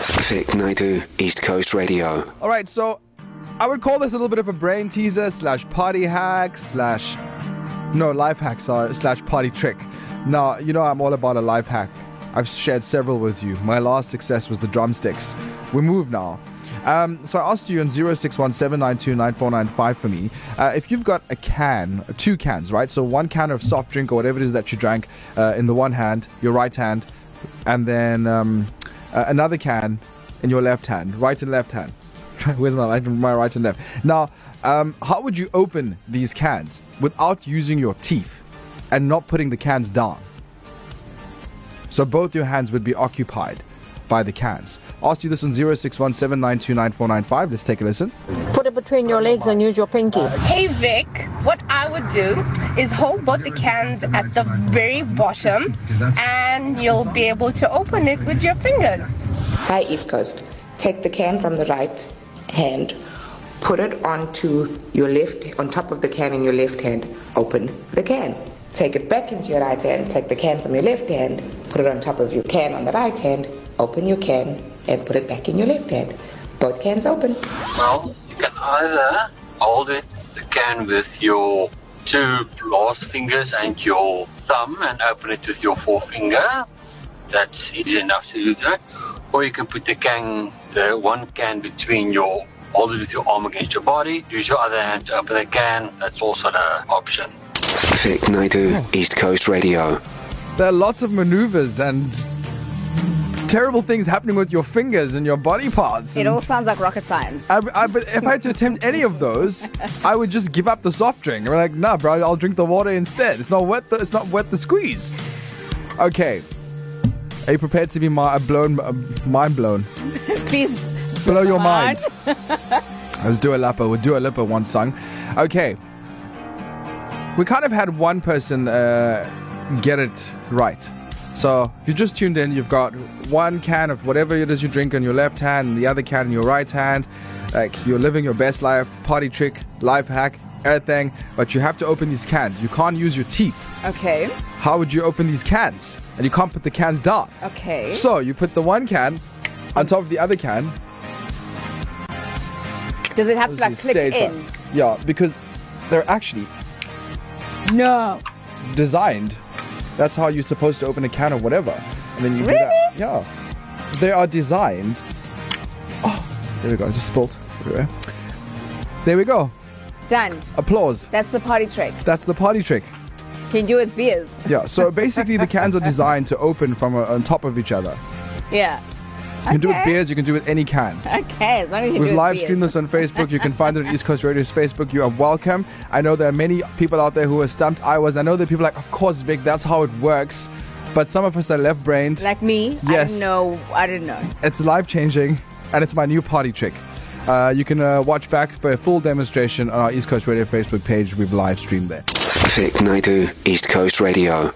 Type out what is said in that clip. Pacific, Naidu, East Coast Radio. All right, so I would call this a little bit of a brain teaser slash party hack slash no life hack sorry, slash party trick. Now you know I'm all about a life hack. I've shared several with you. My last success was the drumsticks. We move now. Um, so I asked you on 0617929495 for me uh, if you've got a can, two cans, right? So one can of soft drink or whatever it is that you drank uh, in the one hand, your right hand, and then um, uh, another can in your left hand, right and left hand. Where's my right, my right and left? Now, um, how would you open these cans without using your teeth and not putting the cans down? So both your hands would be occupied by the cans. Asked you this on 0617929495. Let's take a listen. Put it between your legs and use your pinky. Hey Vic, what I would do is hold both the cans at the very bottom and you'll be able to open it with your fingers. Hi, East Coast. Take the can from the right hand, put it onto your left, on top of the can in your left hand, open the can. Take it back into your right hand, take the can from your left hand, put it on top of your can on the right hand, open your can, and put it back in your left hand. Both cans open. Well, you can either hold it, the can with your two last fingers and your thumb and open it with your forefinger. That's easy enough to do that. Or you can put the can, the one can between your, hold it with your arm against your body. Use your other hand to open the can. That's also an option. Pacific, Naidu, East Coast Radio. There are lots of maneuvers and terrible things happening with your fingers and your body parts. It and- all sounds like rocket science. I, I, but if I had to attempt any of those, I would just give up the soft drink. We're like, nah, bro, I'll drink the water instead. It's not worth the, it's not worth the squeeze. Okay, are you prepared to be my, blown, uh, mind blown? Please Blow your Mind. mind. Let's do a Lipa. We'll do a Lipa one song. Okay. We kind of had one person uh, get it right. So if you just tuned in, you've got one can of whatever it is you drink in your left hand and the other can in your right hand. Like you're living your best life, party trick, life hack, everything. But you have to open these cans. You can't use your teeth. Okay. How would you open these cans? And you can't put the cans down. Okay. So you put the one can on top of the other can Does it have to This like is click stage in? fright. Yeah, because they're actually No. designed. That's how you're supposed to open a can or whatever. And then you do that. Yeah. They are designed. Oh, there we go. I just spilt everywhere. There we go. Done. Applause. That's the party trick. That's the party trick. Can you do it with beers? Yeah. So basically, the cans are designed to open from uh on top of each other. Yeah. You can do it with Okay. beers. You can do it with any can. Okay, as long as you do We've it live with streamed beers. this on Facebook. You can find it on East Coast Radio's Facebook. You are welcome. I know there are many people out there who are stumped. I was. I know that people are like, of course, Vic, that's how it works. But some of us are left brained. Like me, I Yes. didn't know. I didn't know. It's life changing, and it's my new party trick. Uh, you can uh, watch back for a full demonstration on our East Coast Radio Facebook page. We've live streamed there. Pacific, Naidu, East Coast Radio.